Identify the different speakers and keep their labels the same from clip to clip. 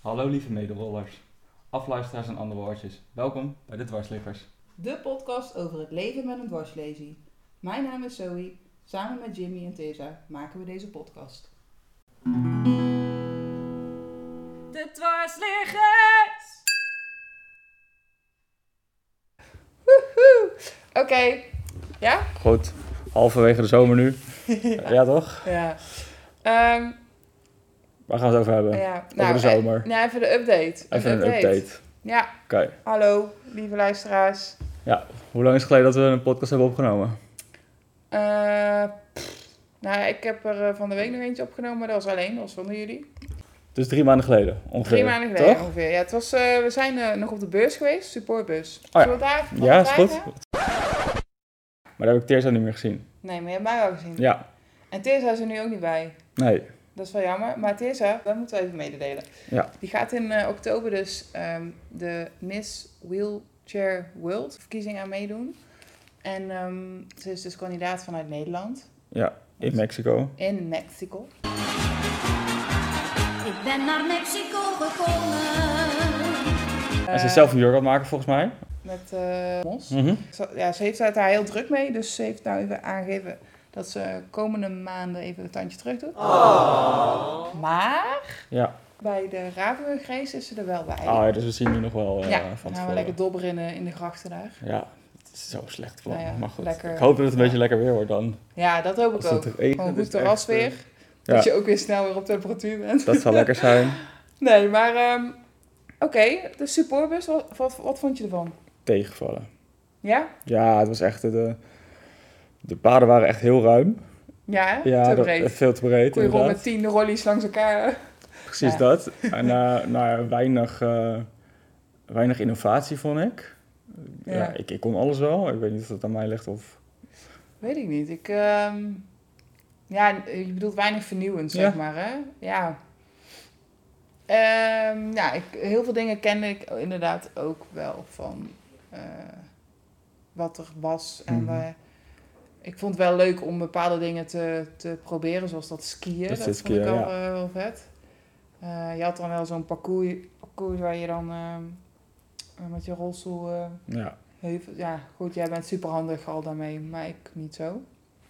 Speaker 1: Hallo lieve medewollers, afluisteraars en andere woordjes. Welkom bij de Dwarsliggers.
Speaker 2: De podcast over het leven met een dwarslesie. Mijn naam is Zoe. Samen met Jimmy en Tessa maken we deze podcast.
Speaker 3: De dwarsliggers!
Speaker 2: Oké.
Speaker 1: Goed, halverwege de zomer nu. ja. toch?
Speaker 2: Ja. Ehm,
Speaker 1: Waar gaan we het over hebben?
Speaker 2: ja.
Speaker 1: over de zomer.
Speaker 2: eh, nou, even de update.
Speaker 1: Even een update.
Speaker 2: Ja.
Speaker 1: Oké,
Speaker 2: Hallo, lieve luisteraars.
Speaker 1: hoe lang is het geleden dat we een podcast hebben opgenomen?
Speaker 2: Eh, pff, nou, ik heb er eh, van de week nog eentje opgenomen, maar dat was alleen, dat was zonder jullie.
Speaker 1: Dus drie maanden geleden ongeveer.
Speaker 2: Drie maanden geleden
Speaker 1: Toch?
Speaker 2: ongeveer. Ja, het was, eh, we zijn eh, nog op de beurs geweest, supportbus.
Speaker 1: Oh ja.
Speaker 2: Zullen we daar even van
Speaker 1: Ja, is goed.
Speaker 2: krijgen?
Speaker 1: Maar daar heb ik Teerza niet meer gezien.
Speaker 2: Nee, maar je hebt mij wel gezien.
Speaker 1: Ja,
Speaker 2: En Tessa is er nu ook niet bij.
Speaker 1: nee.
Speaker 2: Dat is wel jammer. Maar Tessa, dat moeten we even mededelen.
Speaker 1: Ja.
Speaker 2: Die gaat in eh, oktober dus ehm, de Miss Wheelchair World verkiezing aan meedoen. En ehm, ze is dus kandidaat vanuit Nederland.
Speaker 1: Ja, in Mexico.
Speaker 2: In Mexico.
Speaker 3: Ik ben naar Mexico gekomen.
Speaker 1: en ze
Speaker 2: Eh,
Speaker 1: is zelf een jurk aan het maken volgens mij.
Speaker 2: Met eh, Mos.
Speaker 1: Mhm.
Speaker 2: Zo- Ja, ze heeft het daar heel druk mee. Dus ze heeft nou even aangegeven dat ze komende maanden even het tandje terug doet. Maar
Speaker 1: Oh. Ja.
Speaker 2: bij de Ravenburg race is ze er wel bij.
Speaker 1: Ah, ja, dus we zien nu nog wel eh,
Speaker 2: ja, dan
Speaker 1: van
Speaker 2: gaan we
Speaker 1: tevoren.
Speaker 2: lekker dobberen in de, in de grachten daar.
Speaker 1: Ja, het is zo slecht plan.
Speaker 2: Nou ja,
Speaker 1: maar goed,
Speaker 2: lekker.
Speaker 1: ik hoop dat het een
Speaker 2: Ja.
Speaker 1: beetje lekker weer wordt dan.
Speaker 2: Ja, dat hoop ik
Speaker 1: Als het
Speaker 2: ook. Oh,
Speaker 1: er regent,
Speaker 2: Gewoon
Speaker 1: is
Speaker 2: goed
Speaker 1: het echt,
Speaker 2: terras weer.
Speaker 1: eh,
Speaker 2: Dat
Speaker 1: ja.
Speaker 2: je ook weer snel weer op temperatuur bent.
Speaker 1: Dat zal lekker zijn.
Speaker 2: Nee, maar ehm, oké. De supportbus, wat, wat, wat vond je ervan?
Speaker 1: Tegenvallen.
Speaker 2: Ja?
Speaker 1: Ja, het was echt... eh, De, de paden waren echt heel ruim.
Speaker 2: Ja, hè?
Speaker 1: Ja,
Speaker 2: te
Speaker 1: dat-
Speaker 2: breed.
Speaker 1: veel te breed.
Speaker 2: Kon je rond met
Speaker 1: inderdaad.
Speaker 2: tien rollies langs elkaar.
Speaker 1: Precies
Speaker 2: Ja.
Speaker 1: dat. En eh, nou ja, weinig, eh, weinig innovatie vond ik. Ja.
Speaker 2: Ja.
Speaker 1: ik, ik kon alles wel. Ik weet niet of dat aan mij ligt of...
Speaker 2: Weet ik niet. Ik, ehm, ja, je bedoelt weinig vernieuwend,
Speaker 1: Ja.
Speaker 2: zeg maar, hè? Ja. Ehm, ja, ik, heel veel dingen kende ik inderdaad ook wel van eh, wat er was. En
Speaker 1: Mhm.
Speaker 2: eh, ik vond het wel leuk om bepaalde dingen te, te proberen, zoals dat skiën.
Speaker 1: Dat
Speaker 2: Dat,
Speaker 1: is het
Speaker 2: vond ik
Speaker 1: skiën,
Speaker 2: wel,
Speaker 1: ja.
Speaker 2: eh, wel vet. Eh, je had dan wel zo'n parcours, parcours waar je dan ehm, met je rolstoel... eh,
Speaker 1: Ja.
Speaker 2: heuvel- ja, goed, jij bent superhandig al daarmee, maar ik niet zo.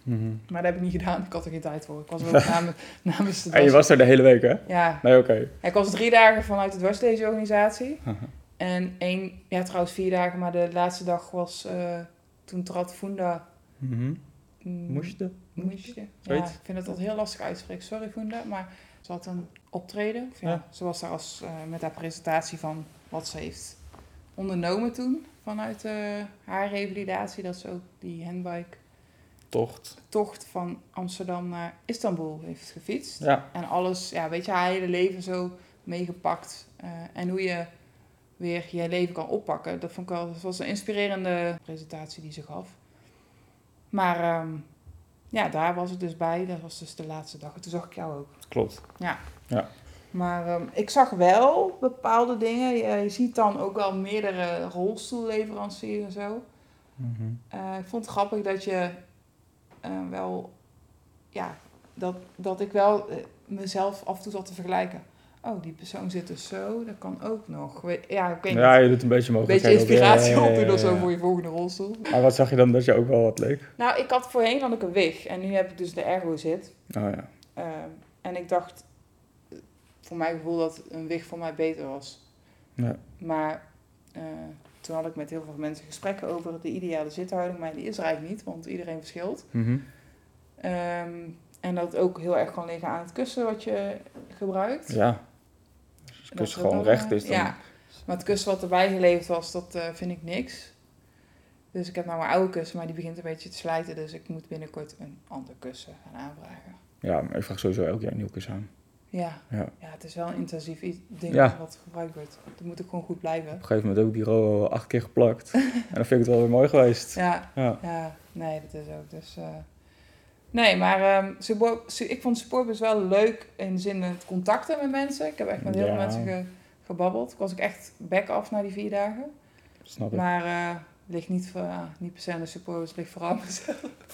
Speaker 1: Mhm.
Speaker 2: Maar dat heb ik niet gedaan. Ik had er geen tijd voor. Ik was er ook nam- namens de
Speaker 1: En je
Speaker 2: dwars-
Speaker 1: was er de hele week, hè?
Speaker 2: Ja,
Speaker 1: Nee, oké.
Speaker 2: ik was drie dagen vanuit de dwarsleesorganisatie.
Speaker 1: Haha.
Speaker 2: En één, ja trouwens vier dagen, maar de laatste dag was, eh, toen trad Funda...
Speaker 1: Mhm.
Speaker 2: mm,
Speaker 1: Moest je?
Speaker 2: Moesje. Ja,
Speaker 1: Zoiets.
Speaker 2: ik vind het altijd heel lastig uitspreken. Sorry Funda, maar ze had een optreden. Of ja,
Speaker 1: Ja.
Speaker 2: Ze was daar als, eh, met haar presentatie van wat ze heeft ondernomen toen. Vanuit eh, haar revalidatie, dat ze ook die handbike
Speaker 1: Tocht.
Speaker 2: tocht van Amsterdam naar Istanbul heeft gefietst.
Speaker 1: Ja.
Speaker 2: En alles, ja, weet je, haar hele leven zo meegepakt. eh, en hoe je weer je leven kan oppakken. Dat vond ik wel, dat was een inspirerende presentatie die ze gaf. Maar ehm, ja, daar was het dus bij. Dat was dus de laatste dag. En toen zag ik jou ook.
Speaker 1: Klopt.
Speaker 2: Maar ehm, ik zag wel bepaalde dingen. Je, je ziet dan ook wel meerdere rolstoelleveranciers en zo.
Speaker 1: Mhm.
Speaker 2: Eh, ik vond het grappig dat je eh, wel, ja, dat, dat ik wel eh, mezelf af en toe zat te vergelijken. Oh, die persoon zit dus zo, dat kan ook nog. We- ja, ik weet
Speaker 1: Ja,
Speaker 2: niet.
Speaker 1: je doet een beetje
Speaker 2: Een
Speaker 1: mogelijk.
Speaker 2: beetje inspiratie opdoen of
Speaker 1: ja,
Speaker 2: zo
Speaker 1: ja.
Speaker 2: voor je volgende rolstoel.
Speaker 1: Maar wat zag je dan dat je ook wel wat leek?
Speaker 2: Nou, ik had voorheen had ik een wig en nu heb ik dus de ergo zit.
Speaker 1: Oh ja.
Speaker 2: Ehm, en ik dacht, eh, voor mijn gevoel dat een wig voor mij beter was.
Speaker 1: Ja.
Speaker 2: Maar eh, toen had ik met heel veel mensen gesprekken over de ideale zithouding, maar die is er eigenlijk niet, want iedereen verschilt.
Speaker 1: Mhm.
Speaker 2: Ehm, en dat het ook heel erg kan liggen aan het kussen wat je gebruikt.
Speaker 1: Ja. Als het
Speaker 2: Dat is
Speaker 1: kus
Speaker 2: ook
Speaker 1: gewoon
Speaker 2: wel,
Speaker 1: recht is, dan...
Speaker 2: Ja, maar het kussen wat erbij geleverd was, dat eh, vind ik niks. Dus ik heb nou mijn oude kussen, maar die begint een beetje te slijten. Dus ik moet binnenkort een ander kussen gaan aanvragen.
Speaker 1: Ja, maar ik vraag sowieso elk jaar een nieuw kus aan.
Speaker 2: Ja,
Speaker 1: Ja.
Speaker 2: het is wel een intensief i- ding
Speaker 1: Ja.
Speaker 2: wat gebruikt wordt. Dat moet ook gewoon goed blijven.
Speaker 1: Op een gegeven moment heb ik die row al acht keer geplakt. en dan vind ik het wel weer mooi geweest.
Speaker 2: Ja,
Speaker 1: Ja.
Speaker 2: ja nee, dat is ook. Dus, eh, Nee, maar ehm, support- su- ik vond supportbus wel leuk in de zin van het contacten met mensen. Ik heb echt met heel
Speaker 1: Ja.
Speaker 2: veel mensen ge- gebabbeld. Ik was ook echt back af na die vier dagen.
Speaker 1: Snap ik.
Speaker 2: Maar eh ligt niet, voor, ah, niet per se aan de supportbus, ligt vooral aan mezelf.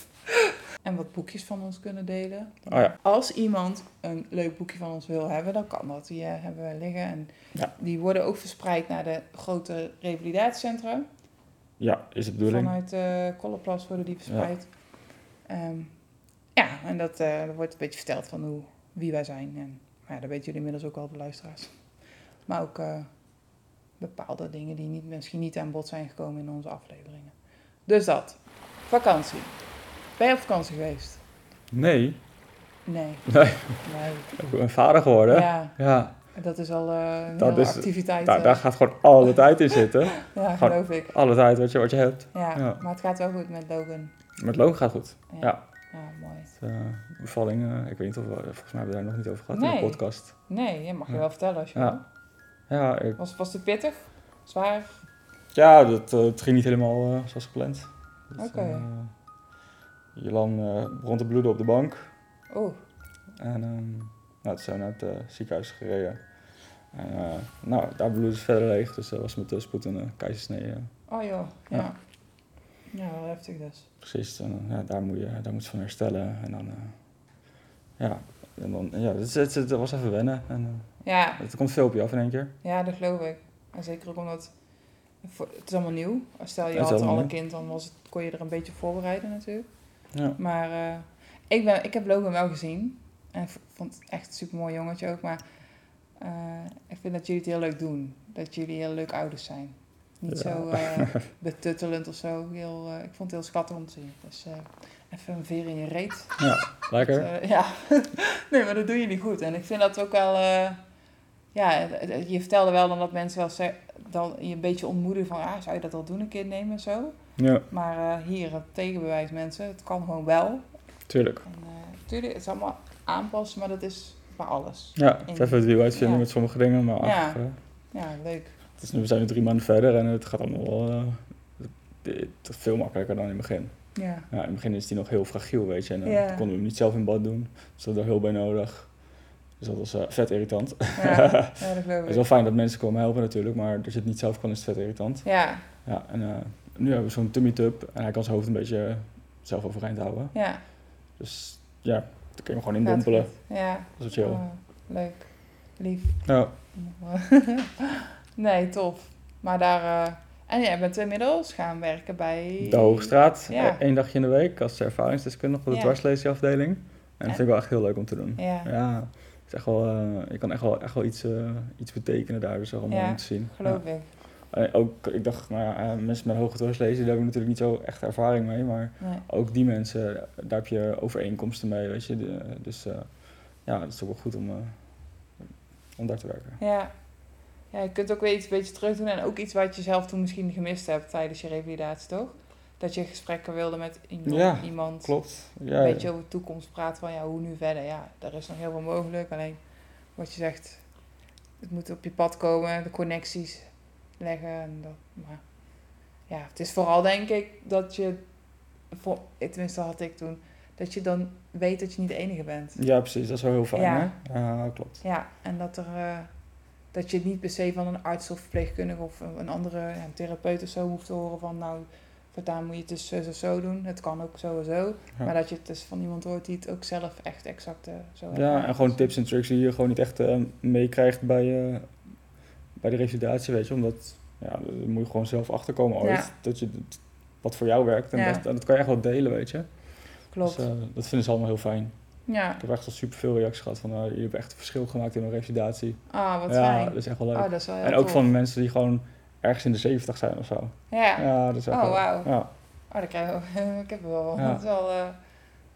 Speaker 2: En wat boekjes van ons kunnen delen.
Speaker 1: Oh ja.
Speaker 2: Als iemand een leuk boekje van ons wil hebben, dan kan dat. Die eh, hebben we liggen. En
Speaker 1: Ja.
Speaker 2: die worden ook verspreid naar de grote revalidatiecentra.
Speaker 1: Ja, is de bedoeling.
Speaker 2: Vanuit eh Kolleplas worden die verspreid. Ja, Ehm, ja en dat eh, er wordt een beetje verteld van hoe, wie wij zijn. En maar ja, dat weten jullie inmiddels ook al, de luisteraars. Maar ook eh, bepaalde dingen die niet, misschien niet aan bod zijn gekomen in onze afleveringen. Dus dat. Vakantie. Ben je op vakantie geweest? eh,
Speaker 1: Nee,
Speaker 2: Nee.
Speaker 1: Nee.
Speaker 2: Nee.
Speaker 1: ik ben vader geworden. Ja,
Speaker 2: Ja, dat is al eh een
Speaker 1: Dat
Speaker 2: hele
Speaker 1: is-
Speaker 2: activiteit.
Speaker 1: Daar,
Speaker 2: eh.
Speaker 1: daar gaat gewoon al de tijd in zitten. gewoon-
Speaker 2: ja, geloof ik.
Speaker 1: Alle tijd wat je, wat je hebt.
Speaker 2: Ja,
Speaker 1: Ja.
Speaker 2: maar het gaat wel goed met Logan.
Speaker 1: Met loon gaat goed.
Speaker 2: Ja,
Speaker 1: Ja.
Speaker 2: ja mooi.
Speaker 1: Eh, bevalling, eh, ik weet niet of we, volgens mij hebben we daar nog niet over gehad in
Speaker 2: Nee.
Speaker 1: de podcast.
Speaker 2: Nee, je mag je
Speaker 1: Ja.
Speaker 2: wel vertellen als je wil.
Speaker 1: Ja, ja, ik-
Speaker 2: Was, was het pittig? Zwaar?
Speaker 1: ja dat, eh, het ging niet helemaal eh, zoals gepland. Dat,
Speaker 2: Oké.
Speaker 1: eh, Jolan eh, begon te bloeden op de bank.
Speaker 2: Oeh,
Speaker 1: En ehm nou, toen zijn we naar het eh, ziekenhuis gereden. En, eh, nou, daar bloedde het verder leeg, dus dat was met de spoed een eh, keizersnee. eh,
Speaker 2: oh joh, ja.
Speaker 1: Ja.
Speaker 2: Ja, wel heftig dus.
Speaker 1: precies, En, eh, ja, daar, moet je, daar moet je van herstellen. En dan, eh, ja, en dan, ja het, is- het, het was even wennen. En, eh,
Speaker 2: Ja,
Speaker 1: het komt veel op je af in één keer.
Speaker 2: ja, dat geloof ik. En zeker ook omdat voor- het is allemaal nieuw. Stel je
Speaker 1: Het is
Speaker 2: had
Speaker 1: allemaal
Speaker 2: al een
Speaker 1: nieuw.
Speaker 2: kind, dan was het, kon je er een beetje op voorbereiden natuurlijk.
Speaker 1: Ja.
Speaker 2: Maar eh, ik, ben, ik heb Logan wel gezien. En ik vond het echt een super mooi jongetje ook. Maar eh, ik vind dat jullie het heel leuk doen. Dat jullie heel leuk ouders zijn. Niet
Speaker 1: Ja.
Speaker 2: zo eh, betuttelend of zo. Heel, eh, ik vond het heel schattig om te zien. Dus eh, even een veer in je reet.
Speaker 1: ja, lekker.
Speaker 2: Eh, ja, nee, maar dat doen jullie goed. En ik vind dat ook wel. eh, ja, het- het- je vertelde wel dan dat mensen wel ze- dan je een beetje ontmoedigen van, ah, zou je dat al doen, een kind nemen en zo.
Speaker 1: Ja,
Speaker 2: Maar eh, hier het tegenbewijs mensen, het kan gewoon wel.
Speaker 1: tuurlijk.
Speaker 2: En, eh, natuurlijk, het is allemaal aanpassen, maar dat is bij alles.
Speaker 1: Ja, het even het wiel uitvinden
Speaker 2: Ja.
Speaker 1: met sommige dingen, maar
Speaker 2: Ja.
Speaker 1: ach, eh,
Speaker 2: Ja, leuk.
Speaker 1: het is nu, we zijn nu drie maanden verder en het gaat allemaal wel eh, het- het is veel makkelijker dan in het begin.
Speaker 2: Ja,
Speaker 1: Ja, in het begin is die nog heel fragiel, weet je. En dan
Speaker 2: Ja.
Speaker 1: konden we hem niet zelf in bad doen. Dus dat was heel bij nodig. Dus dat was eh, vet irritant.
Speaker 2: ja, ja dat
Speaker 1: Het
Speaker 2: geloof
Speaker 1: is
Speaker 2: ik.
Speaker 1: wel fijn dat mensen komen helpen natuurlijk, maar als je het niet zelf kan is het vet irritant.
Speaker 2: Ja,
Speaker 1: Ja, en eh, nu hebben we zo'n tummy tub en hij kan zijn hoofd een beetje eh, zelf overeind houden.
Speaker 2: ja.
Speaker 1: Dus ja, dan kun je hem gewoon
Speaker 2: gaat
Speaker 1: indompelen.
Speaker 2: goed. Ja,
Speaker 1: Dat is wel chill. Nou,
Speaker 2: oh, leuk. Lief.
Speaker 1: Ja,
Speaker 2: nee, tof. Maar daar... eh, en jij bent inmiddels gaan werken bij...
Speaker 1: de Hoogstraat,
Speaker 2: Ja.
Speaker 1: één dagje in de week als ervaringsdeskundige op de
Speaker 2: Ja.
Speaker 1: dwarsleesafdeling. En dat
Speaker 2: Ja.
Speaker 1: vind ik wel echt heel leuk om te doen.
Speaker 2: Ja,
Speaker 1: Ja, het is echt wel, eh, je kan echt wel, echt wel iets, eh, iets betekenen daar, dus allemaal
Speaker 2: Ja,
Speaker 1: om te zien. Ja.
Speaker 2: geloof ik.
Speaker 1: Eh, ook, ik dacht, nou ja, eh, mensen met hoge dwarslezen, daar hebben natuurlijk niet zo echt ervaring mee. Maar
Speaker 2: Nee.
Speaker 1: ook die mensen, daar heb je overeenkomsten mee, weet je. De- dus eh, ja, het is ook wel goed om, eh, om daar te werken.
Speaker 2: Ja. ja, je kunt ook weer iets een beetje terug doen. En ook iets wat je zelf toen misschien gemist hebt tijdens je revalidatie, toch? Dat je gesprekken wilde met iemand.
Speaker 1: Ja,
Speaker 2: iemand
Speaker 1: Klopt. Ja,
Speaker 2: Een beetje over de toekomst praten van ja, hoe nu verder. Ja, daar is nog heel veel mogelijk. Alleen wat je zegt, het moet op je pad komen, de connecties leggen. En dat, maar ja, het is vooral denk ik dat je, voor, tenminste dat had ik toen, dat je dan weet dat je niet de enige bent.
Speaker 1: ja, precies. Dat is wel heel fijn,
Speaker 2: Ja.
Speaker 1: hè? Ja, klopt.
Speaker 2: Ja, en dat, er, eh, dat je het niet per se van een arts of verpleegkundige of een een andere ja, een therapeut of zo hoeft te horen van nou, voortaan moet je het dus zo, zo, zo doen. Het kan ook zo en zo.
Speaker 1: Ja.
Speaker 2: Maar dat je het dus van iemand hoort die het ook zelf echt exact eh, zo
Speaker 1: Ja,
Speaker 2: ervaart.
Speaker 1: en gewoon tips en tricks die je gewoon niet echt eh, meekrijgt bij, eh, bij de revalidatie, weet je. Omdat, ja, daar moet je gewoon zelf achterkomen ooit.
Speaker 2: Ja.
Speaker 1: Dat je, d- wat voor jou werkt. En,
Speaker 2: Ja.
Speaker 1: dat, en dat kan je echt wel delen, weet je.
Speaker 2: Klopt.
Speaker 1: Dus, eh, dat vinden ze allemaal heel fijn.
Speaker 2: ja,
Speaker 1: Ik heb echt al superveel reacties gehad van, eh, jullie hebben echt een verschil gemaakt in mijn revalidatie.
Speaker 2: ah, wat
Speaker 1: ja,
Speaker 2: fijn.
Speaker 1: dat is echt wel leuk.
Speaker 2: Oh, dat is wel heel
Speaker 1: en ook
Speaker 2: tof.
Speaker 1: van mensen die gewoon ergens in de 70 zijn of zo.
Speaker 2: Ja.
Speaker 1: Ja, dat is echt
Speaker 2: Oh,
Speaker 1: wel-
Speaker 2: wauw.
Speaker 1: ja.
Speaker 2: Oh, dat krijg ik ook. ik heb er wel.
Speaker 1: Ja.
Speaker 2: Dat is wel... eh,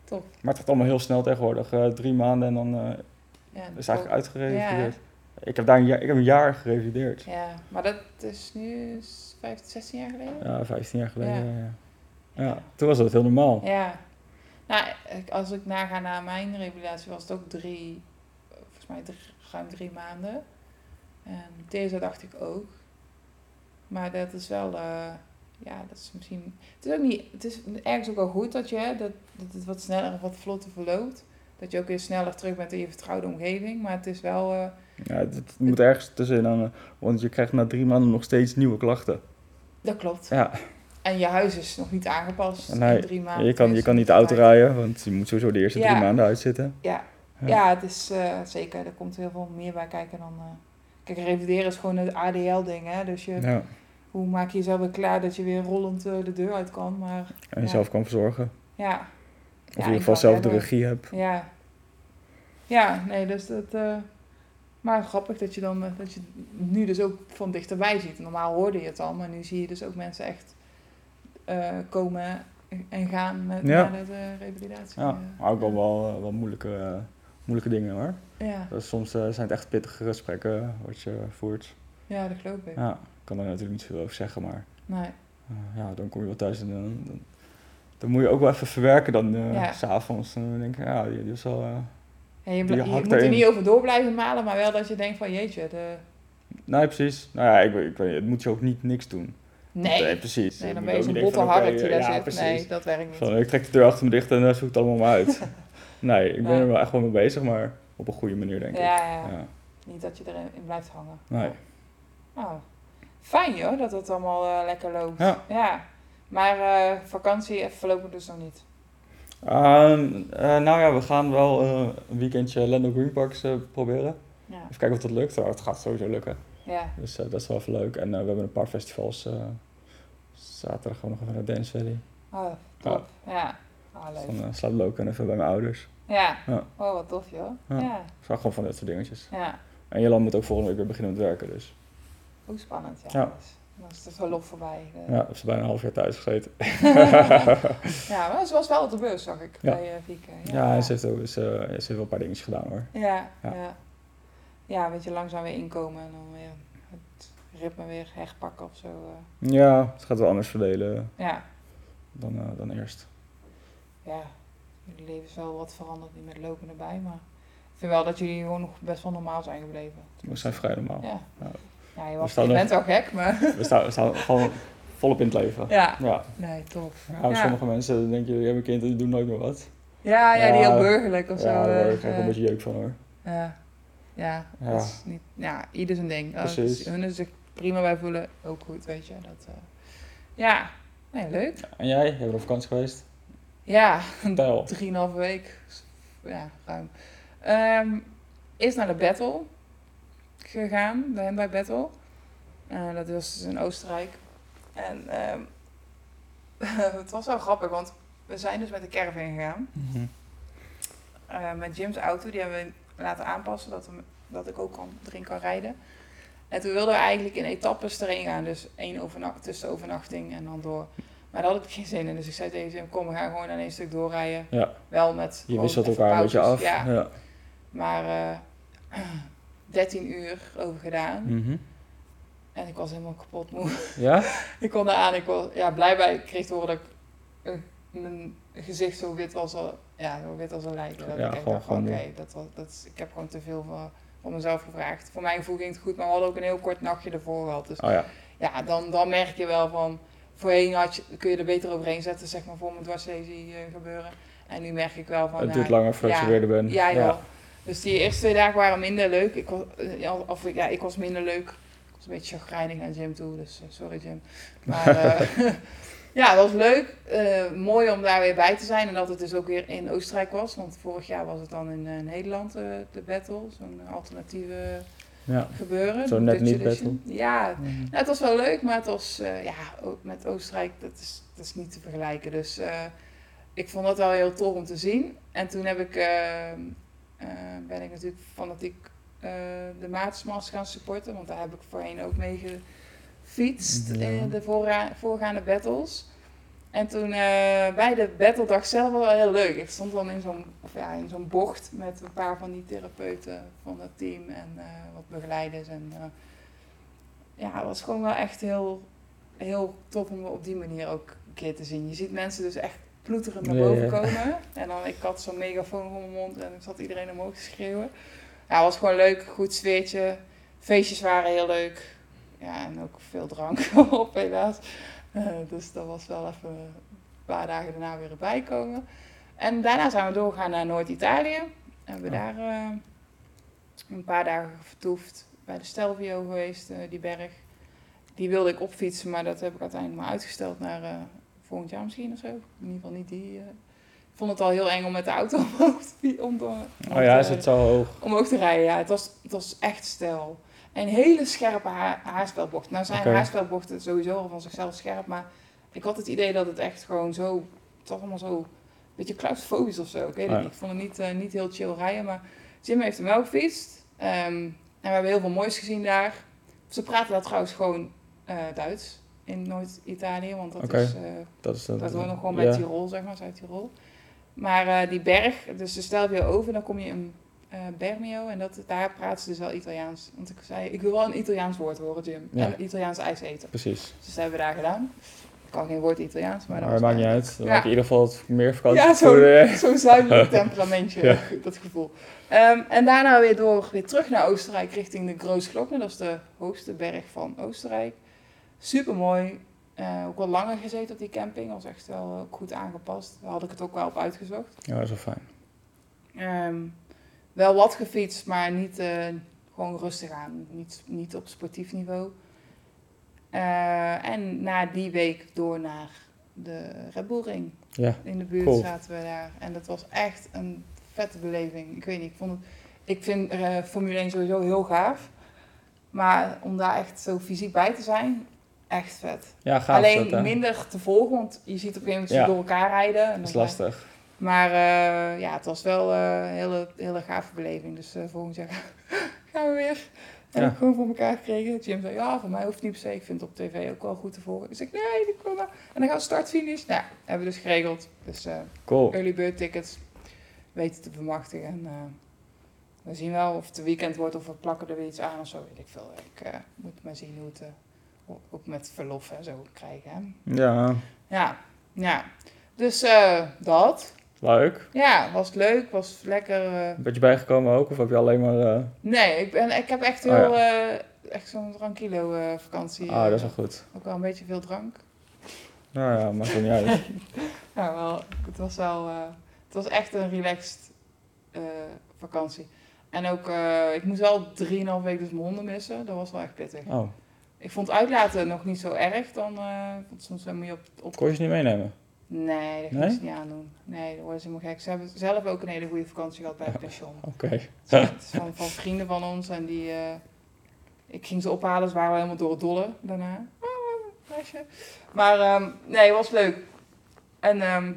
Speaker 1: Maar het gaat allemaal heel snel tegenwoordig. Eh, drie maanden en dan eh,
Speaker 2: ja,
Speaker 1: is het eigenlijk uitgerevideerd.
Speaker 2: Oh, Ja.
Speaker 1: Ik heb daar een jaar, ik heb een jaar gerevideerd.
Speaker 2: Ja, maar dat is nu 15, 16 jaar geleden?
Speaker 1: Ja, 15 jaar geleden.
Speaker 2: Ja.
Speaker 1: Ja. Ja. toen was dat heel normaal.
Speaker 2: Ja. Nou, ik- als ik naga naar mijn revalidatie was het ook drie, eh, volgens mij drie- ruim drie maanden. En deze dacht ik ook. Maar dat is wel, eh, ja, dat is misschien, het is ook niet, het is ergens ook wel goed dat je, hè, dat, dat het wat sneller of wat vlotter verloopt. Dat je ook weer sneller terug bent in je vertrouwde omgeving. Maar het is wel, eh,
Speaker 1: Ja, het, het moet eh, ergens tussenin hangen. Want je krijgt na drie maanden nog steeds nieuwe klachten.
Speaker 2: dat klopt.
Speaker 1: Ja,
Speaker 2: En je huis is nog niet aangepast.
Speaker 1: Nee,
Speaker 2: in drie maanden.
Speaker 1: Je kan, je
Speaker 2: Dus
Speaker 1: kan niet
Speaker 2: dat
Speaker 1: auto
Speaker 2: maakt-
Speaker 1: rijden, want je moet sowieso de eerste
Speaker 2: Ja.
Speaker 1: drie maanden uitzitten.
Speaker 2: Ja,
Speaker 1: Ja.
Speaker 2: ja. het is eh, zeker. Er komt heel veel meer bij kijken dan. eh, kijk, revalideren is gewoon het ADL-ding, hè? Dus je,
Speaker 1: Ja.
Speaker 2: hoe maak je jezelf weer klaar dat je weer rollend eh, de deur uit kan? Maar
Speaker 1: En
Speaker 2: Ja.
Speaker 1: jezelf kan verzorgen.
Speaker 2: ja,
Speaker 1: Of
Speaker 2: Ja,
Speaker 1: in ieder
Speaker 2: ik
Speaker 1: geval
Speaker 2: wou
Speaker 1: zelf de
Speaker 2: zeggen-
Speaker 1: regie hebt.
Speaker 2: ja. Ja, nee, dus dat. eh, maar grappig dat je dan eh, dat je het nu dus ook van dichterbij ziet. Normaal hoorde je het al, maar nu zie je dus ook mensen echt eh, komen en gaan met,
Speaker 1: Ja.
Speaker 2: naar de eh, revalidatie.
Speaker 1: Ja, maar ook wel, wel, eh, wel moeilijke, eh, moeilijke dingen hoor.
Speaker 2: ja.
Speaker 1: Dus soms eh, zijn het echt pittige gesprekken wat je voert.
Speaker 2: ja, dat geloof ik.
Speaker 1: Ja, ik kan daar natuurlijk niet veel over zeggen, maar
Speaker 2: Nee.
Speaker 1: eh, ja, dan kom je wel thuis en dan, dan, dan moet je ook wel even verwerken dan eh,
Speaker 2: Ja.
Speaker 1: s'avonds. En dan denk ik, ja, die, die is wel... eh,
Speaker 2: Ja,
Speaker 1: Die
Speaker 2: je bla- je
Speaker 1: hakt
Speaker 2: moet er
Speaker 1: erin.
Speaker 2: niet over door blijven malen, maar wel dat je denkt van jeetje, de...
Speaker 1: Nee, precies. Nou ja, ik, weet- ik weet niet, het moet je ook niet niks doen.
Speaker 2: nee.
Speaker 1: Nee,
Speaker 2: nee,
Speaker 1: precies. Je
Speaker 2: dan
Speaker 1: moet
Speaker 2: ben je
Speaker 1: ook
Speaker 2: zo'n
Speaker 1: niet denken
Speaker 2: botte
Speaker 1: van, oké,
Speaker 2: hark die
Speaker 1: eh,
Speaker 2: daar
Speaker 1: ja,
Speaker 2: zit.
Speaker 1: precies.
Speaker 2: Nee, dat werkt niet.
Speaker 1: Van, ik trek de deur achter me dicht en eh, zoek het allemaal maar uit. nee, ik ben
Speaker 2: Nee.
Speaker 1: er wel echt wel mee bezig, maar op een goede manier denk ik.
Speaker 2: ja, ja,
Speaker 1: Ja.
Speaker 2: niet dat je erin blijft hangen.
Speaker 1: Nee.
Speaker 2: Nou, fijn joh, dat het allemaal eh, lekker loopt.
Speaker 1: Ja.
Speaker 2: Maar eh, vakantie eh, voorlopig dus nog niet.
Speaker 1: Ehm, eh, nou ja, we gaan wel eh, een weekendje Lando Green Parks eh, proberen.
Speaker 2: Ja,
Speaker 1: Even kijken of dat lukt. Nou, het gaat sowieso lukken.
Speaker 2: ja.
Speaker 1: Dus eh, dat is wel even leuk. En eh, we hebben een paar festivals. eh, zaterdag gaan we nog even naar Dance Valley.
Speaker 2: Oh, top. Ja, ah,
Speaker 1: Dus
Speaker 2: leuk.
Speaker 1: dan eh, slaat Loke en even bij mijn ouders.
Speaker 2: Ja.
Speaker 1: Ja.
Speaker 2: oh wat tof joh.
Speaker 1: Ja.
Speaker 2: Ja. ja,
Speaker 1: Dus we gaan gewoon van dit soort dingetjes. En Jolanda moet ook volgende week weer beginnen met werken. Dus
Speaker 2: Hoe spannend ja.
Speaker 1: Ja.
Speaker 2: Dus, dan is het verlof voorbij. eh.
Speaker 1: ja, ze is bijna een half jaar thuis gezeten.
Speaker 2: Ja, maar ze was wel op de beurs, zag ik,
Speaker 1: Ja.
Speaker 2: bij eh, Vieke.
Speaker 1: Ja, en ze heeft, ook, ze, ja, ze heeft wel een paar dingetjes gedaan hoor.
Speaker 2: Ja,
Speaker 1: Ja.
Speaker 2: ja. ja. een beetje langzaam weer inkomen en dan weer het ritme weer herpakken of zo. eh.
Speaker 1: Ja, het gaat wel anders verdelen
Speaker 2: Ja,
Speaker 1: dan, eh, dan eerst.
Speaker 2: ja. Jullie leven is wel wat veranderd, niet met lopen erbij, maar ik vind wel dat jullie gewoon nog best wel normaal zijn gebleven.
Speaker 1: We zijn vrij normaal.
Speaker 2: Ja.
Speaker 1: Oh, Ja.
Speaker 2: Ja, je,
Speaker 1: We
Speaker 2: was,
Speaker 1: staan
Speaker 2: je
Speaker 1: nog-
Speaker 2: bent wel gek, maar...
Speaker 1: We, staan, we staan gewoon volop in het leven.
Speaker 2: Ja,
Speaker 1: Ja.
Speaker 2: nee, top.
Speaker 1: Ja, maar
Speaker 2: Ja.
Speaker 1: Nou, Sommige mensen dan denk je, die hebben kinderen, die doen nooit meer wat.
Speaker 2: Ja, ja, die
Speaker 1: Ja.
Speaker 2: heel burgerlijk of zo.
Speaker 1: ja, daar
Speaker 2: eh,
Speaker 1: word ik echt
Speaker 2: eh,
Speaker 1: een beetje jeuk van hoor.
Speaker 2: Ja, ja,
Speaker 1: Ja.
Speaker 2: dat is niet, ja ieder zijn ding. Oh, het
Speaker 1: Precies.
Speaker 2: is- hun is zich prima bij voelen, ook goed, weet je. Dat, eh, ja, nee, leuk.
Speaker 1: En jij? Je bent op vakantie geweest?
Speaker 2: Ja,
Speaker 1: Tel.
Speaker 2: drieënhalve week. Ja, ruim. Ehm is naar de Battle gegaan, de Handbike Battle. Eh, dat was dus in Oostenrijk. En ehm, het was wel grappig, want we zijn dus met de caravan gegaan.
Speaker 1: Mhm.
Speaker 2: Eh, met Jim's auto, die hebben we laten aanpassen, dat, hem, dat ik ook kan, erin kan rijden. En toen wilden we eigenlijk in etappes erin gaan, dus één overnacht, tussenovernachting en dan door. Maar daar had ik geen zin in, dus ik zei tegen Jim, kom, we gaan gewoon aan één stuk doorrijden.
Speaker 1: Ja.
Speaker 2: Wel met
Speaker 1: Je
Speaker 2: gewoon
Speaker 1: wisselt
Speaker 2: even
Speaker 1: elkaar een beetje af.
Speaker 2: pauzes. Ja,
Speaker 1: Ja.
Speaker 2: maar eh, 13 uur over gedaan.
Speaker 1: Mhm.
Speaker 2: En ik was helemaal kapot moe.
Speaker 1: ja?
Speaker 2: ik kwam eraan. Ik was ja, blij bij. Ik kreeg te horen dat ik, eh, mijn gezicht zo wit was al, ja, zo wit als een lijk. Dat
Speaker 1: Ja,
Speaker 2: ik echt
Speaker 1: gewoon-
Speaker 2: dacht van,
Speaker 1: gewoon
Speaker 2: oké, dat, was- dat, is- ik heb gewoon te veel van, van mezelf gevraagd. Voor mijn gevoel ging het goed, maar we hadden ook een heel kort nachtje ervoor gehad. Dus
Speaker 1: Oh ja.
Speaker 2: ja, dan, dan merk je wel van... Voorheen had je, kun je er beter overheen zetten, zeg maar, voor mijn dwarslesie eh, gebeuren. En nu merk ik wel van...
Speaker 1: Het
Speaker 2: nou,
Speaker 1: duurt langer voordat je
Speaker 2: ja,
Speaker 1: weer er bent.
Speaker 2: ja, joh. Dus die eerste twee dagen waren minder leuk. Ik was, eh, ja, of, ik- ja, ik was minder leuk. Ik was een beetje chagrijnig naar Jim toe, dus eh, sorry Jim. Maar eh, ja, dat was leuk. Eh, mooi om daar weer bij te zijn en dat het dus ook weer in Oostenrijk was. Want vorig jaar was het dan in eh, Nederland, eh, de battle. Zo'n alternatieve
Speaker 1: Ja.
Speaker 2: gebeuren.
Speaker 1: Zo'n net
Speaker 2: Dutch
Speaker 1: niet
Speaker 2: Edition. Ja, nou, het was wel leuk, maar het was eh, ja, o- met Oostenrijk, dat is, dat is niet te vergelijken. Dus eh, ik vond dat wel heel tof om te zien. En toen heb ik, eh, eh, ben ik natuurlijk fanatiek eh, de Maatsmas gaan supporten, want daar heb ik voorheen ook mee gefietst
Speaker 1: Ja.
Speaker 2: in de voorra- voorgaande battles. En toen eh, bij de battledag zelf was wel heel leuk. Ik stond dan in zo'n of ja, in zo'n bocht met een paar van die therapeuten van het team en eh, wat begeleiders. En, eh, ja, het was gewoon wel echt heel, heel tof om op die manier ook een keer te zien. Je ziet mensen dus echt ploeterend naar
Speaker 1: Ja, ja.
Speaker 2: boven komen. En dan, ik had zo'n megafoon om mijn mond en ik zat iedereen omhoog te schreeuwen. Ja, het was gewoon leuk, goed sfeertje. Feestjes waren heel leuk. Ja, en ook veel drank op helaas. Eh, dus dat was wel even een paar dagen daarna weer erbij komen. En daarna zijn we doorgegaan naar Noord-Italië. Hebben we
Speaker 1: Ja.
Speaker 2: daar eh, een paar dagen vertoefd. Bij de Stelvio geweest, eh, die berg. Die wilde ik opfietsen, maar dat heb ik uiteindelijk maar uitgesteld naar eh, volgend jaar misschien of zo. In ieder geval niet die. eh. Ik vond het al heel eng om met de auto omhoog te, om te-
Speaker 1: Oh ja, is het zo hoog?
Speaker 2: omhoog te rijden. Ja, het was, het was echt stijl. En een hele scherpe ha haarspelbocht. Nou zijn
Speaker 1: Oké.
Speaker 2: haarspelbochten sowieso al van zichzelf scherp, maar ik had het idee dat het echt gewoon zo, het was allemaal zo, een beetje claustrofobisch of zo. Ik weet het
Speaker 1: Ja.
Speaker 2: niet. Ik vond het niet, eh, niet heel chill rijden, maar Jim heeft hem wel gefietst. Ehm, en we hebben heel veel moois gezien daar. Ze praten daar trouwens gewoon eh, Duits in Noord-Italië, want dat
Speaker 1: Oké.
Speaker 2: is eh,
Speaker 1: Dat, is dat,
Speaker 2: dat hoort nog gewoon
Speaker 1: ja.
Speaker 2: bij Tirol, zeg maar, Zuid-Tirol. Maar eh, die berg, dus dan stel je over, dan kom je in eh, Bermio. En dat, daar praten ze dus wel Italiaans. Want ik zei, ik wil wel een Italiaans woord horen, Jim.
Speaker 1: Ja.
Speaker 2: En Italiaans ijs eten.
Speaker 1: Precies.
Speaker 2: Dus dat hebben we daar gedaan. Ik kan geen woord Italiaans, maar
Speaker 1: Maar,
Speaker 2: dat
Speaker 1: dat maakt niet
Speaker 2: uit.
Speaker 1: uit. Dan
Speaker 2: Ja.
Speaker 1: heb je in ieder geval wat meer vakantie.
Speaker 2: Ja,
Speaker 1: voor de-
Speaker 2: zo'n zo zuidelijk temperamentje,
Speaker 1: Ja.
Speaker 2: dat gevoel. Ehm, en daarna weer door, weer terug naar Oostenrijk, richting de Grootglockner. Dat is de hoogste berg van Oostenrijk. Supermooi. Eh, ook wel langer gezeten op die camping. was echt wel eh, goed aangepast. Daar had ik het ook wel op uitgezocht.
Speaker 1: Ja, dat is wel fijn.
Speaker 2: Ehm, wel wat gefietst, maar niet eh, gewoon rustig aan. Niet, niet op sportief niveau. Eh, en na die week door naar de Red Bull Ring.
Speaker 1: Ja,
Speaker 2: In de buurt
Speaker 1: Cool.
Speaker 2: zaten we daar. En dat was echt een vette beleving. Ik weet niet, ik vond het... Ik vind eh, Formule 1 sowieso heel gaaf. Maar om daar echt zo fysiek bij te zijn, echt vet.
Speaker 1: ja gaaf is
Speaker 2: Alleen
Speaker 1: dat, hè?
Speaker 2: minder te volgen, want je ziet op een gegeven moment ze
Speaker 1: Ja.
Speaker 2: door elkaar rijden. En
Speaker 1: Dat is
Speaker 2: dan-
Speaker 1: lastig.
Speaker 2: Maar eh, ja, het was wel eh, een hele, hele gave beleving. Dus eh, volgend jaar gaan we weer. En
Speaker 1: Ja.
Speaker 2: ik gewoon voor elkaar gekregen. Jim zei, ja, voor mij hoeft het niet per se. Ik vind het op tv ook wel goed te volgen. Dus Ik zeg, nee, ik wil wel. En dan gaan we start-finish. Nou, hebben we dus geregeld. Dus eh,
Speaker 1: Cool.
Speaker 2: early bird tickets weten te bemachtigen. En eh, we zien wel of het een weekend wordt of we plakken er weer iets aan of zo, weet ik veel. Ik eh, moet maar zien hoe het eh, o- ook met verlof en zo krijgen. Hè?
Speaker 1: Ja,
Speaker 2: Ja, ja. Dus eh, dat.
Speaker 1: leuk.
Speaker 2: Ja, was leuk, was lekker. eh.
Speaker 1: Ben je bijgekomen ook? Of heb je alleen maar... eh,
Speaker 2: Nee, ik, ben, ik heb echt
Speaker 1: Oh,
Speaker 2: heel, eh, echt zo'n tranquilo eh, vakantie.
Speaker 1: Ah, dat is
Speaker 2: eh,
Speaker 1: wel goed.
Speaker 2: Ook wel een beetje veel drank.
Speaker 1: Nou ja, maakt ook niet uit.
Speaker 2: Ja, wel, het was wel, eh, het was echt een relaxed eh, vakantie. En ook, eh, ik moest wel 3,5 weken dus mijn honden missen. Dat was wel echt pittig.
Speaker 1: Oh,
Speaker 2: Ik vond uitlaten nog niet zo erg dan, eh, want soms moet je op... op...
Speaker 1: kon je ze niet meenemen?
Speaker 2: Nee, dat ging
Speaker 1: Nee?
Speaker 2: ze niet aandoen. Nee, dat worden ze helemaal gek. Ze hebben zelf ook een hele goede vakantie gehad bij het pension.
Speaker 1: Oké.
Speaker 2: Het is van, van vrienden van ons en die... eh, ik ging ze ophalen, ze waren wel helemaal door het dolle daarna. Ah, meisje. Maar ehm, nee, het was leuk. En ehm,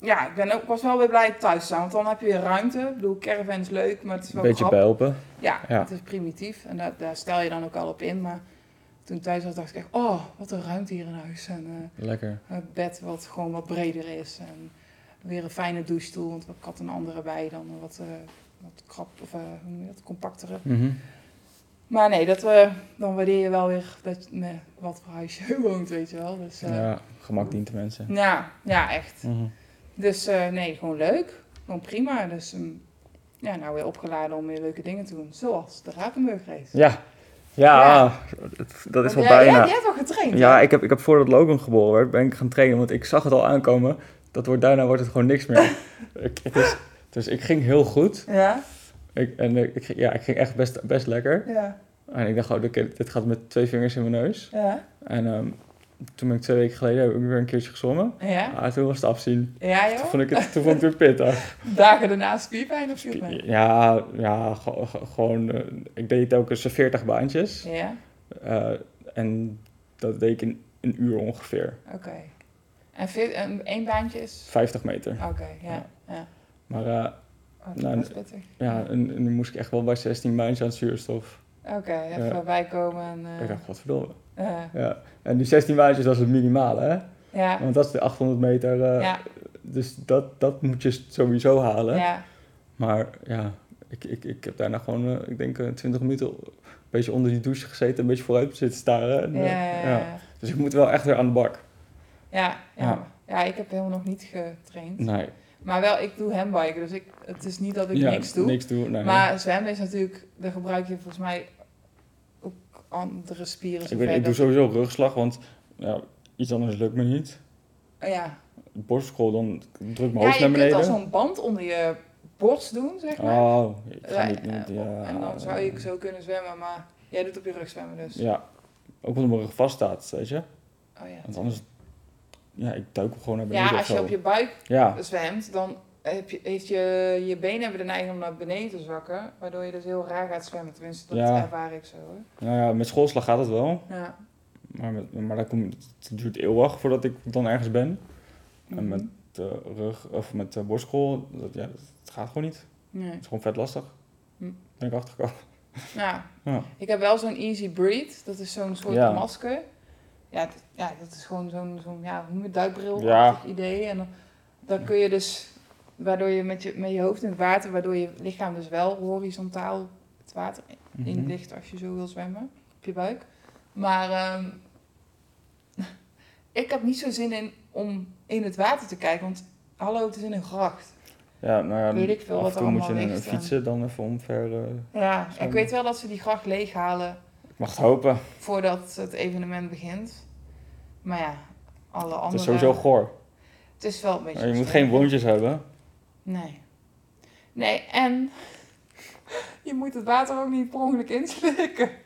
Speaker 2: ja, ik ben ook, was wel weer blij thuis te zijn, want dan heb je weer ruimte. Ik bedoel, caravan is leuk, maar het is
Speaker 1: Een
Speaker 2: wel
Speaker 1: beetje
Speaker 2: grappig.
Speaker 1: helpen.
Speaker 2: Ja,
Speaker 1: Ja.
Speaker 2: het is primitief en daar, daar stel je dan ook al op in. Maar toen ik thuis was, dacht ik echt, oh, wat een ruimte hier in huis. En, eh,
Speaker 1: Lekker.
Speaker 2: een bed wat gewoon wat breder is. En weer een fijne douchestoel, want ik had een andere bij dan een wat, eh wat krap of eh, hoe noem je dat, compactere.
Speaker 1: Mhm.
Speaker 2: Maar nee, dat, eh, dan waardeer je wel weer dat, je- nee, wat voor huis je woont, weet je wel. Dus, eh,
Speaker 1: Ja, gemak dient de mensen.
Speaker 2: ja, ja, echt.
Speaker 1: Mhm.
Speaker 2: Dus eh, nee, gewoon leuk. Gewoon prima. Dus ehm, ja, nou weer opgeladen om weer leuke dingen te doen. Zoals de Rapenburg race.
Speaker 1: Ja. Ja, dat is wel bijna.
Speaker 2: Ja, die hebt al getraind.
Speaker 1: Ja,
Speaker 2: hè?
Speaker 1: ik heb, ik heb voordat Logan geboren werd, ben ik gaan trainen, want ik zag het al aankomen. Dat wordt daarna wordt het gewoon niks meer. ik, het is, dus ik ging heel goed.
Speaker 2: Ja,
Speaker 1: Ik, en eh, ik, ging- ja, ik ging echt best, best lekker.
Speaker 2: ja,
Speaker 1: En ik dacht, oh, dit, dit gaat met twee vingers in mijn neus.
Speaker 2: ja.
Speaker 1: En ehm, toen ben ik twee weken geleden heb ik weer een keertje gezongen.
Speaker 2: Ja,
Speaker 1: Ah, toen was het afzien.
Speaker 2: ja
Speaker 1: Toen
Speaker 2: joh.
Speaker 1: vond ik het, toen vond ik het weer pittig.
Speaker 2: Dagen daarna spierpijn of zo.
Speaker 1: Ja, ja ge- ge- gewoon. eh, ik deed telkens 40 baantjes.
Speaker 2: Ja,
Speaker 1: Eh, en dat deed ik in een uur ongeveer.
Speaker 2: oké. En vi- en één baantje is?
Speaker 1: 50 meter.
Speaker 2: Oké, ja. ja.
Speaker 1: Maar eh,
Speaker 2: Oh, dat
Speaker 1: Nou,
Speaker 2: was pittig.
Speaker 1: ja, en, en nu moest ik echt wel bij 16 baantjes aan zuurstof.
Speaker 2: Oké, even
Speaker 1: Ja.
Speaker 2: voorbij komen en... eh,
Speaker 1: Ik dacht, godverdomme.
Speaker 2: eh,
Speaker 1: Ja. En die 16 baantjes, dat is het minimale, hè?
Speaker 2: ja,
Speaker 1: Want dat is de 800 meter. eh,
Speaker 2: ja,
Speaker 1: Dus dat, dat moet je sowieso halen.
Speaker 2: ja.
Speaker 1: Maar ja, ik, ik, ik heb daarna gewoon, eh, ik denk, eh, 20 minuten een beetje onder die douche gezeten. Een beetje vooruit zitten staren. En,
Speaker 2: Ja,
Speaker 1: eh,
Speaker 2: ja,
Speaker 1: ja.
Speaker 2: ja.
Speaker 1: Dus ik moet wel echt weer aan de bak.
Speaker 2: Ja, ja.
Speaker 1: Ja. Mm.
Speaker 2: Ja, ik heb helemaal nog niet getraind.
Speaker 1: Nee.
Speaker 2: Maar wel, ik doe handbiken, dus ik, het is niet dat ik
Speaker 1: Ja,
Speaker 2: niks doe.
Speaker 1: Niks doen, nee.
Speaker 2: Maar zwemmen is natuurlijk, daar gebruik je volgens mij ook andere spieren.
Speaker 1: ik, weet, ik doe
Speaker 2: zover
Speaker 1: sowieso rugslag, want ja, iets anders lukt me niet.
Speaker 2: dat- Ja,
Speaker 1: Borstkool, dan druk ik mijn
Speaker 2: ja
Speaker 1: hoofd naar
Speaker 2: je kunt
Speaker 1: beneden.
Speaker 2: al zo'n band onder je borst doen, zeg maar.
Speaker 1: Oh, ik ga
Speaker 2: Ja,
Speaker 1: niet, niet-
Speaker 2: eh,
Speaker 1: ja.
Speaker 2: En dan zou ik zo kunnen zwemmen, maar jij doet op je rug zwemmen dus.
Speaker 1: Ja, Ook omdat mijn rug vast staat, weet je.
Speaker 2: Oh ja.
Speaker 1: Want anders, ja, ik duik gewoon naar beneden
Speaker 2: Ja,
Speaker 1: of
Speaker 2: als je
Speaker 1: zo.
Speaker 2: op je buik
Speaker 1: Ja,
Speaker 2: zwemt, dan heb je, heeft je, je benen hebben de neiging om naar beneden te zakken. Waardoor je dus heel raar gaat zwemmen. Tenminste, dat
Speaker 1: Ja.
Speaker 2: ervaar ik zo. Hoor.
Speaker 1: nou ja, met schoolslag gaat het wel.
Speaker 2: Ja.
Speaker 1: Maar, met- maar dat, komt, het duurt eeuwig voordat ik dan ergens ben. En met
Speaker 2: Mhm.
Speaker 1: de rug, of met de borstschool, dat, ja, dat gaat gewoon niet.
Speaker 2: Nee.
Speaker 1: Het is gewoon vet lastig.
Speaker 2: Hm.
Speaker 1: Ben ik achtergekomen.
Speaker 2: Ja.
Speaker 1: Ja.
Speaker 2: Ik heb wel zo'n easy breathe. Dat is zo'n soort
Speaker 1: Ja.
Speaker 2: masker. Ja, dat, ja, dat is gewoon zo'n zo'n ja, hoe noem je het, duikbril
Speaker 1: Ja.
Speaker 2: idee. En dan, dan kun je dus, waardoor je met, je met je hoofd in het water, waardoor je lichaam dus wel horizontaal het water in
Speaker 1: Mhm.
Speaker 2: ligt als je zo wil zwemmen. Op je buik. Maar ehm, ik heb niet zo zin in om in het water te kijken. Want hallo, het is in een gracht.
Speaker 1: Ja, nou ja,
Speaker 2: Weet ik veel
Speaker 1: af
Speaker 2: wat
Speaker 1: en
Speaker 2: er
Speaker 1: toe moet je
Speaker 2: allemaal
Speaker 1: een
Speaker 2: ligt,
Speaker 1: fietsen dan even omver. eh,
Speaker 2: Ja, ik
Speaker 1: Zwemmen.
Speaker 2: weet wel dat ze die gracht leeghalen
Speaker 1: ik mag het hopen.
Speaker 2: voordat het evenement begint. Maar ja, alle andere...
Speaker 1: Het is sowieso goor.
Speaker 2: Het is wel een beetje...
Speaker 1: Je moet geen
Speaker 2: vervelend.
Speaker 1: wondjes hebben.
Speaker 2: Nee. Nee, en... Je moet het water ook niet per ongeluk inslikken.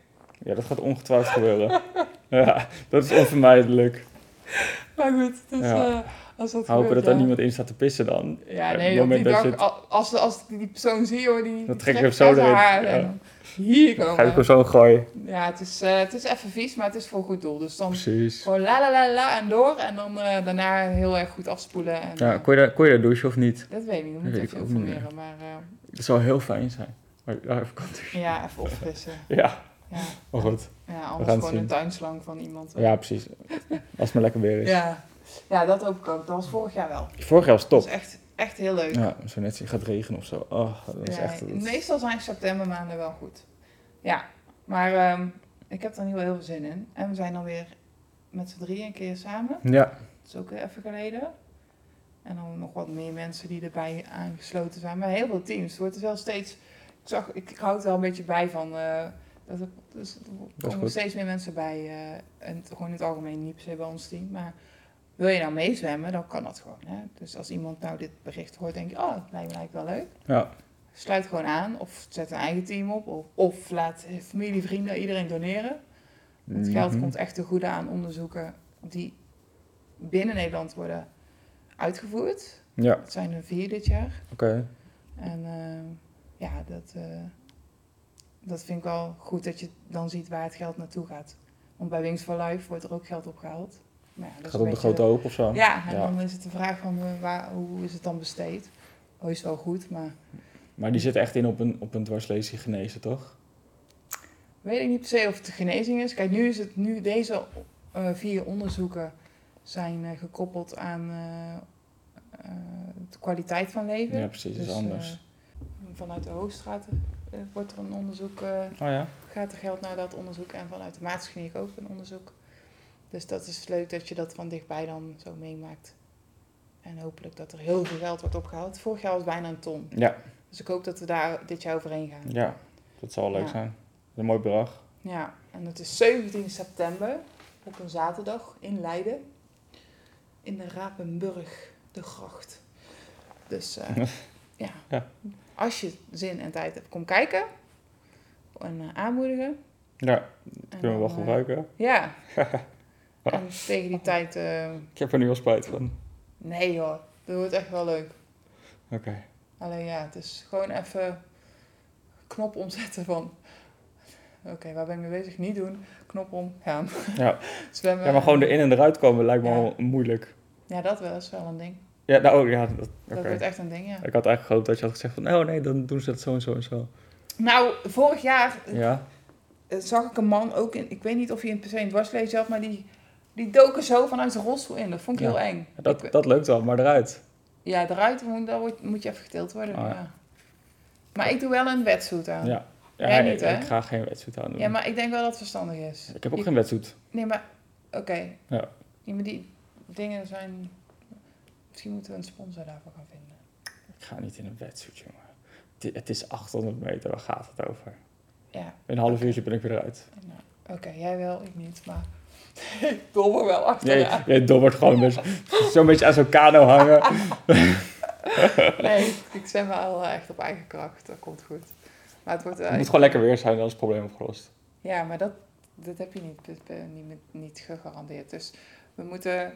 Speaker 1: Ja, dat gaat ongetwijfeld gebeuren. Ja, dat is onvermijdelijk.
Speaker 2: Maar goed, dus
Speaker 1: Ja.
Speaker 2: eh, als
Speaker 1: Hopen dat
Speaker 2: dat gebeurt, Oh,
Speaker 1: daar
Speaker 2: ja.
Speaker 1: niemand in staat te pissen dan.
Speaker 2: Ja,
Speaker 1: Op het
Speaker 2: nee, op die
Speaker 1: moment dat
Speaker 2: dag,
Speaker 1: je het-
Speaker 2: al- als, als ik die persoon zie, hoor, die, die
Speaker 1: trek je
Speaker 2: trekt
Speaker 1: hem zo
Speaker 2: uit haar
Speaker 1: erin,
Speaker 2: haar
Speaker 1: ja.
Speaker 2: en dan Hier
Speaker 1: Ga ik
Speaker 2: komen.
Speaker 1: hem zo gooien.
Speaker 2: Ja, het is, eh, het is even vies, maar het is voor een goed doel. Dus dan
Speaker 1: Precies.
Speaker 2: gewoon la la la la en door. En dan eh, daarna heel erg goed afspoelen. En,
Speaker 1: Ja,
Speaker 2: eh,
Speaker 1: kon je, daar, kon je daar douchen of niet?
Speaker 2: Dat weet ik niet, we
Speaker 1: weet
Speaker 2: moeten
Speaker 1: ik
Speaker 2: even
Speaker 1: ook niet meer.
Speaker 2: informeren. Maar eh,
Speaker 1: Dat zou heel fijn zijn. Maar daar even kan douchen.
Speaker 2: ja, even opfrissen.
Speaker 1: Ja,
Speaker 2: Ja,
Speaker 1: maar goed.
Speaker 2: ja
Speaker 1: het
Speaker 2: anders gewoon
Speaker 1: zien.
Speaker 2: een tuinslang van iemand.
Speaker 1: Ja, precies. Als het maar lekker weer is.
Speaker 2: ja. ja, dat hoop ik ook. Dat was vorig jaar wel.
Speaker 1: Vorig jaar was het
Speaker 2: Dat
Speaker 1: top.
Speaker 2: is echt, echt heel leuk.
Speaker 1: Ja, zo net gaat regenen of zo. Oh, dat is
Speaker 2: Ja,
Speaker 1: echt... dat is-
Speaker 2: Meestal zijn septembermaanden wel goed. Ja, maar ehm, ik heb er nu wel heel veel zin in. En we zijn alweer met z'n drieën een keer samen.
Speaker 1: Ja,
Speaker 2: Dat is ook even geleden. En dan nog wat meer mensen die erbij aangesloten zijn. Maar heel veel teams. Het wordt dus wel steeds... Ik, zag, ik, ik hou het wel een beetje bij van... eh, dat er, dus er komen
Speaker 1: goed.
Speaker 2: steeds meer mensen bij. eh, en het- gewoon in het algemeen niet per se bij ons team. Maar wil je nou meezwemmen, dan kan dat gewoon. Hè? Dus als iemand nou dit bericht hoort, denk je... Oh, dat lijkt me eigenlijk wel leuk.
Speaker 1: ja.
Speaker 2: Sluit gewoon aan. Of zet een eigen team op. Of, of laat familie, vrienden, iedereen doneren. Het geld
Speaker 1: Mhm.
Speaker 2: komt echt te goede aan onderzoeken die binnen Nederland worden uitgevoerd.
Speaker 1: Ja,
Speaker 2: Het zijn er vier dit jaar.
Speaker 1: oké.
Speaker 2: En ehm, ja, dat, eh, dat vind ik wel goed dat je dan ziet waar het geld naartoe gaat. Want bij Wings for Life wordt er ook geld opgehaald. Maar ja, dat is
Speaker 1: Gaat
Speaker 2: een
Speaker 1: op de
Speaker 2: beetje-
Speaker 1: grote hoop of zo.
Speaker 2: Ja, en
Speaker 1: Ja.
Speaker 2: dan is het de vraag van eh, waar, hoe is het dan besteed? Oh, is wel goed, maar
Speaker 1: Maar die zit echt in op een, op een dwarslesie genezen, toch?
Speaker 2: Weet ik niet per se of het de genezing is. Kijk, nu is het nu deze eh, vier onderzoeken zijn eh, gekoppeld aan eh, eh, de kwaliteit van leven.
Speaker 1: Ja, precies. Dat is
Speaker 2: Dus,
Speaker 1: anders.
Speaker 2: eh, vanuit de Hoogstraat eh, wordt er een onderzoek, eh,
Speaker 1: oh ja?
Speaker 2: gaat er geld naar dat onderzoek en vanuit de Maaskliniek ook een onderzoek. Dus dat is leuk dat je dat van dichtbij dan zo meemaakt. En hopelijk dat er heel veel geld wordt opgehaald. Vorig jaar was het bijna een ton.
Speaker 1: Ja,
Speaker 2: Dus ik hoop dat we daar dit jaar overheen gaan.
Speaker 1: ja. Dat zal wel leuk
Speaker 2: Ja.
Speaker 1: zijn. Dat is een mooi bedrag.
Speaker 2: Ja, en het is 17 september op een zaterdag in Leiden. In de Rapenburg, de gracht. Dus eh, ja.
Speaker 1: Ja.
Speaker 2: als je zin en tijd hebt, kom kijken. En eh, aanmoedigen.
Speaker 1: Ja,
Speaker 2: En
Speaker 1: kunnen we wel
Speaker 2: dan, eh,
Speaker 1: gebruiken.
Speaker 2: Ja. en tegen die tijd, eh,
Speaker 1: Ik heb er nu al spijt van.
Speaker 2: nee hoor, dat wordt echt wel leuk.
Speaker 1: Oké.
Speaker 2: Alleen ja, het is gewoon even knop omzetten van... Oké, waar ben ik mee bezig? Niet doen. Knop om, gaan.
Speaker 1: Ja.
Speaker 2: Zwemmen.
Speaker 1: Ja, maar gewoon erin en eruit komen lijkt me
Speaker 2: eh, Ja.
Speaker 1: al moeilijk.
Speaker 2: Ja, dat wel, is wel een ding.
Speaker 1: Ja, nou, oh, ja. Dat,
Speaker 2: Dat
Speaker 1: oké.
Speaker 2: wordt echt een ding, ja.
Speaker 1: Ik had eigenlijk gehoopt dat je had gezegd van, oh nee, dan doen ze dat zo en zo en zo.
Speaker 2: Nou, vorig jaar eh,
Speaker 1: Ja?
Speaker 2: zag ik een man ook in... Ik weet niet of hij in per se een dwarslezen had, maar die, die dook er zo vanuit zijn rolstoel in. Dat vond ik
Speaker 1: Ja.
Speaker 2: heel eng.
Speaker 1: Dat,
Speaker 2: Ik-
Speaker 1: dat lukt wel, maar eruit.
Speaker 2: Ja, eruit moet, daar wordt- moet je even getild worden.
Speaker 1: Oh, ja.
Speaker 2: ja. Maar ik doe wel een wetsuit
Speaker 1: Ja.
Speaker 2: aan. Ja.
Speaker 1: ja.
Speaker 2: Jij
Speaker 1: ik-
Speaker 2: niet, hè?
Speaker 1: Ik ga geen wedstrijd aan doen.
Speaker 2: maar ik denk wel dat het verstandig is.
Speaker 1: Ik heb ook
Speaker 2: Je-
Speaker 1: geen wedstrijd.
Speaker 2: Nee, maar... Oké.
Speaker 1: Ja.
Speaker 2: Ja, maar die dingen zijn... Misschien moeten we een sponsor daarvoor gaan vinden.
Speaker 1: Ik ga niet in een wedstrijd, jongen. Het- Het is 800 meter, waar gaat het over?
Speaker 2: Ja.
Speaker 1: In een half uurtje ben ik weer eruit.
Speaker 2: nou, Oké, jij wel, ik niet, maar... ik dobber wel
Speaker 1: Nee,
Speaker 2: achteraan.
Speaker 1: je dobbert gewoon een beetje- zo'n beetje aan zo'n kano hangen.
Speaker 2: Nee, ik zwem wel eh, echt op eigen kracht. Dat komt goed. Maar het wordt... eh,
Speaker 1: Het moet gewoon lekker weer zijn, dan is het probleem opgelost.
Speaker 2: Ja, maar dat, dat heb je niet, dat ben je niet, met- niet gegarandeerd. Dus we moeten,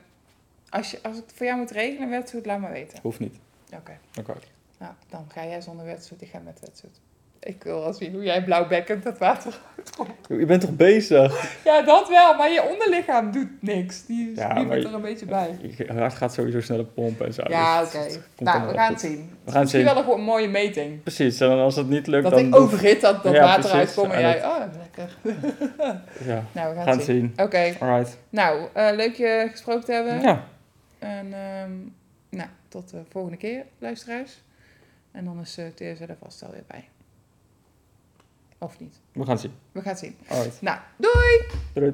Speaker 2: als, je, als ik het voor jou moet regelen, een wetsuit, laat me weten.
Speaker 1: Hoeft niet.
Speaker 2: Oké,
Speaker 1: Oké.
Speaker 2: nou, dan ga jij zonder wetsuit, ik ga met wetsuit. Ik wil wel zien hoe jij blauwbekkend dat water...
Speaker 1: Je bent toch bezig?
Speaker 2: Ja, dat wel, maar je onderlichaam doet niks. Die
Speaker 1: Ja,
Speaker 2: ja,
Speaker 1: maar je-
Speaker 2: er een beetje bij.
Speaker 1: Je hart gaat sowieso sneller pompen en zo.
Speaker 2: Ja,
Speaker 1: dus
Speaker 2: oké.
Speaker 1: het komt
Speaker 2: Nou,
Speaker 1: allemaal
Speaker 2: we gaan
Speaker 1: goed.
Speaker 2: het zien.
Speaker 1: We gaan het
Speaker 2: Misschien
Speaker 1: zien.
Speaker 2: wel een gewoon mooie meting.
Speaker 1: Precies, en als het niet lukt,
Speaker 2: Dat
Speaker 1: dan...
Speaker 2: ik overhit dat, dat
Speaker 1: Ja,
Speaker 2: water
Speaker 1: precies.
Speaker 2: uitkomt en
Speaker 1: En
Speaker 2: jij, oh, lekker.
Speaker 1: Ja,
Speaker 2: Nou, we
Speaker 1: we
Speaker 2: gaan
Speaker 1: gaan
Speaker 2: het
Speaker 1: het
Speaker 2: zien.
Speaker 1: zien.
Speaker 2: Oké,
Speaker 1: Alright.
Speaker 2: nou, eh, leuk je gesproken te hebben.
Speaker 1: Ja,
Speaker 2: En ehm, nou, tot de volgende keer, luisteraars. En dan is eh TSL er vast alweer bij. Of niet.
Speaker 1: we gaan het zien.
Speaker 2: We gaan het zien.
Speaker 1: Alright.
Speaker 2: Nou,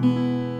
Speaker 1: Doei.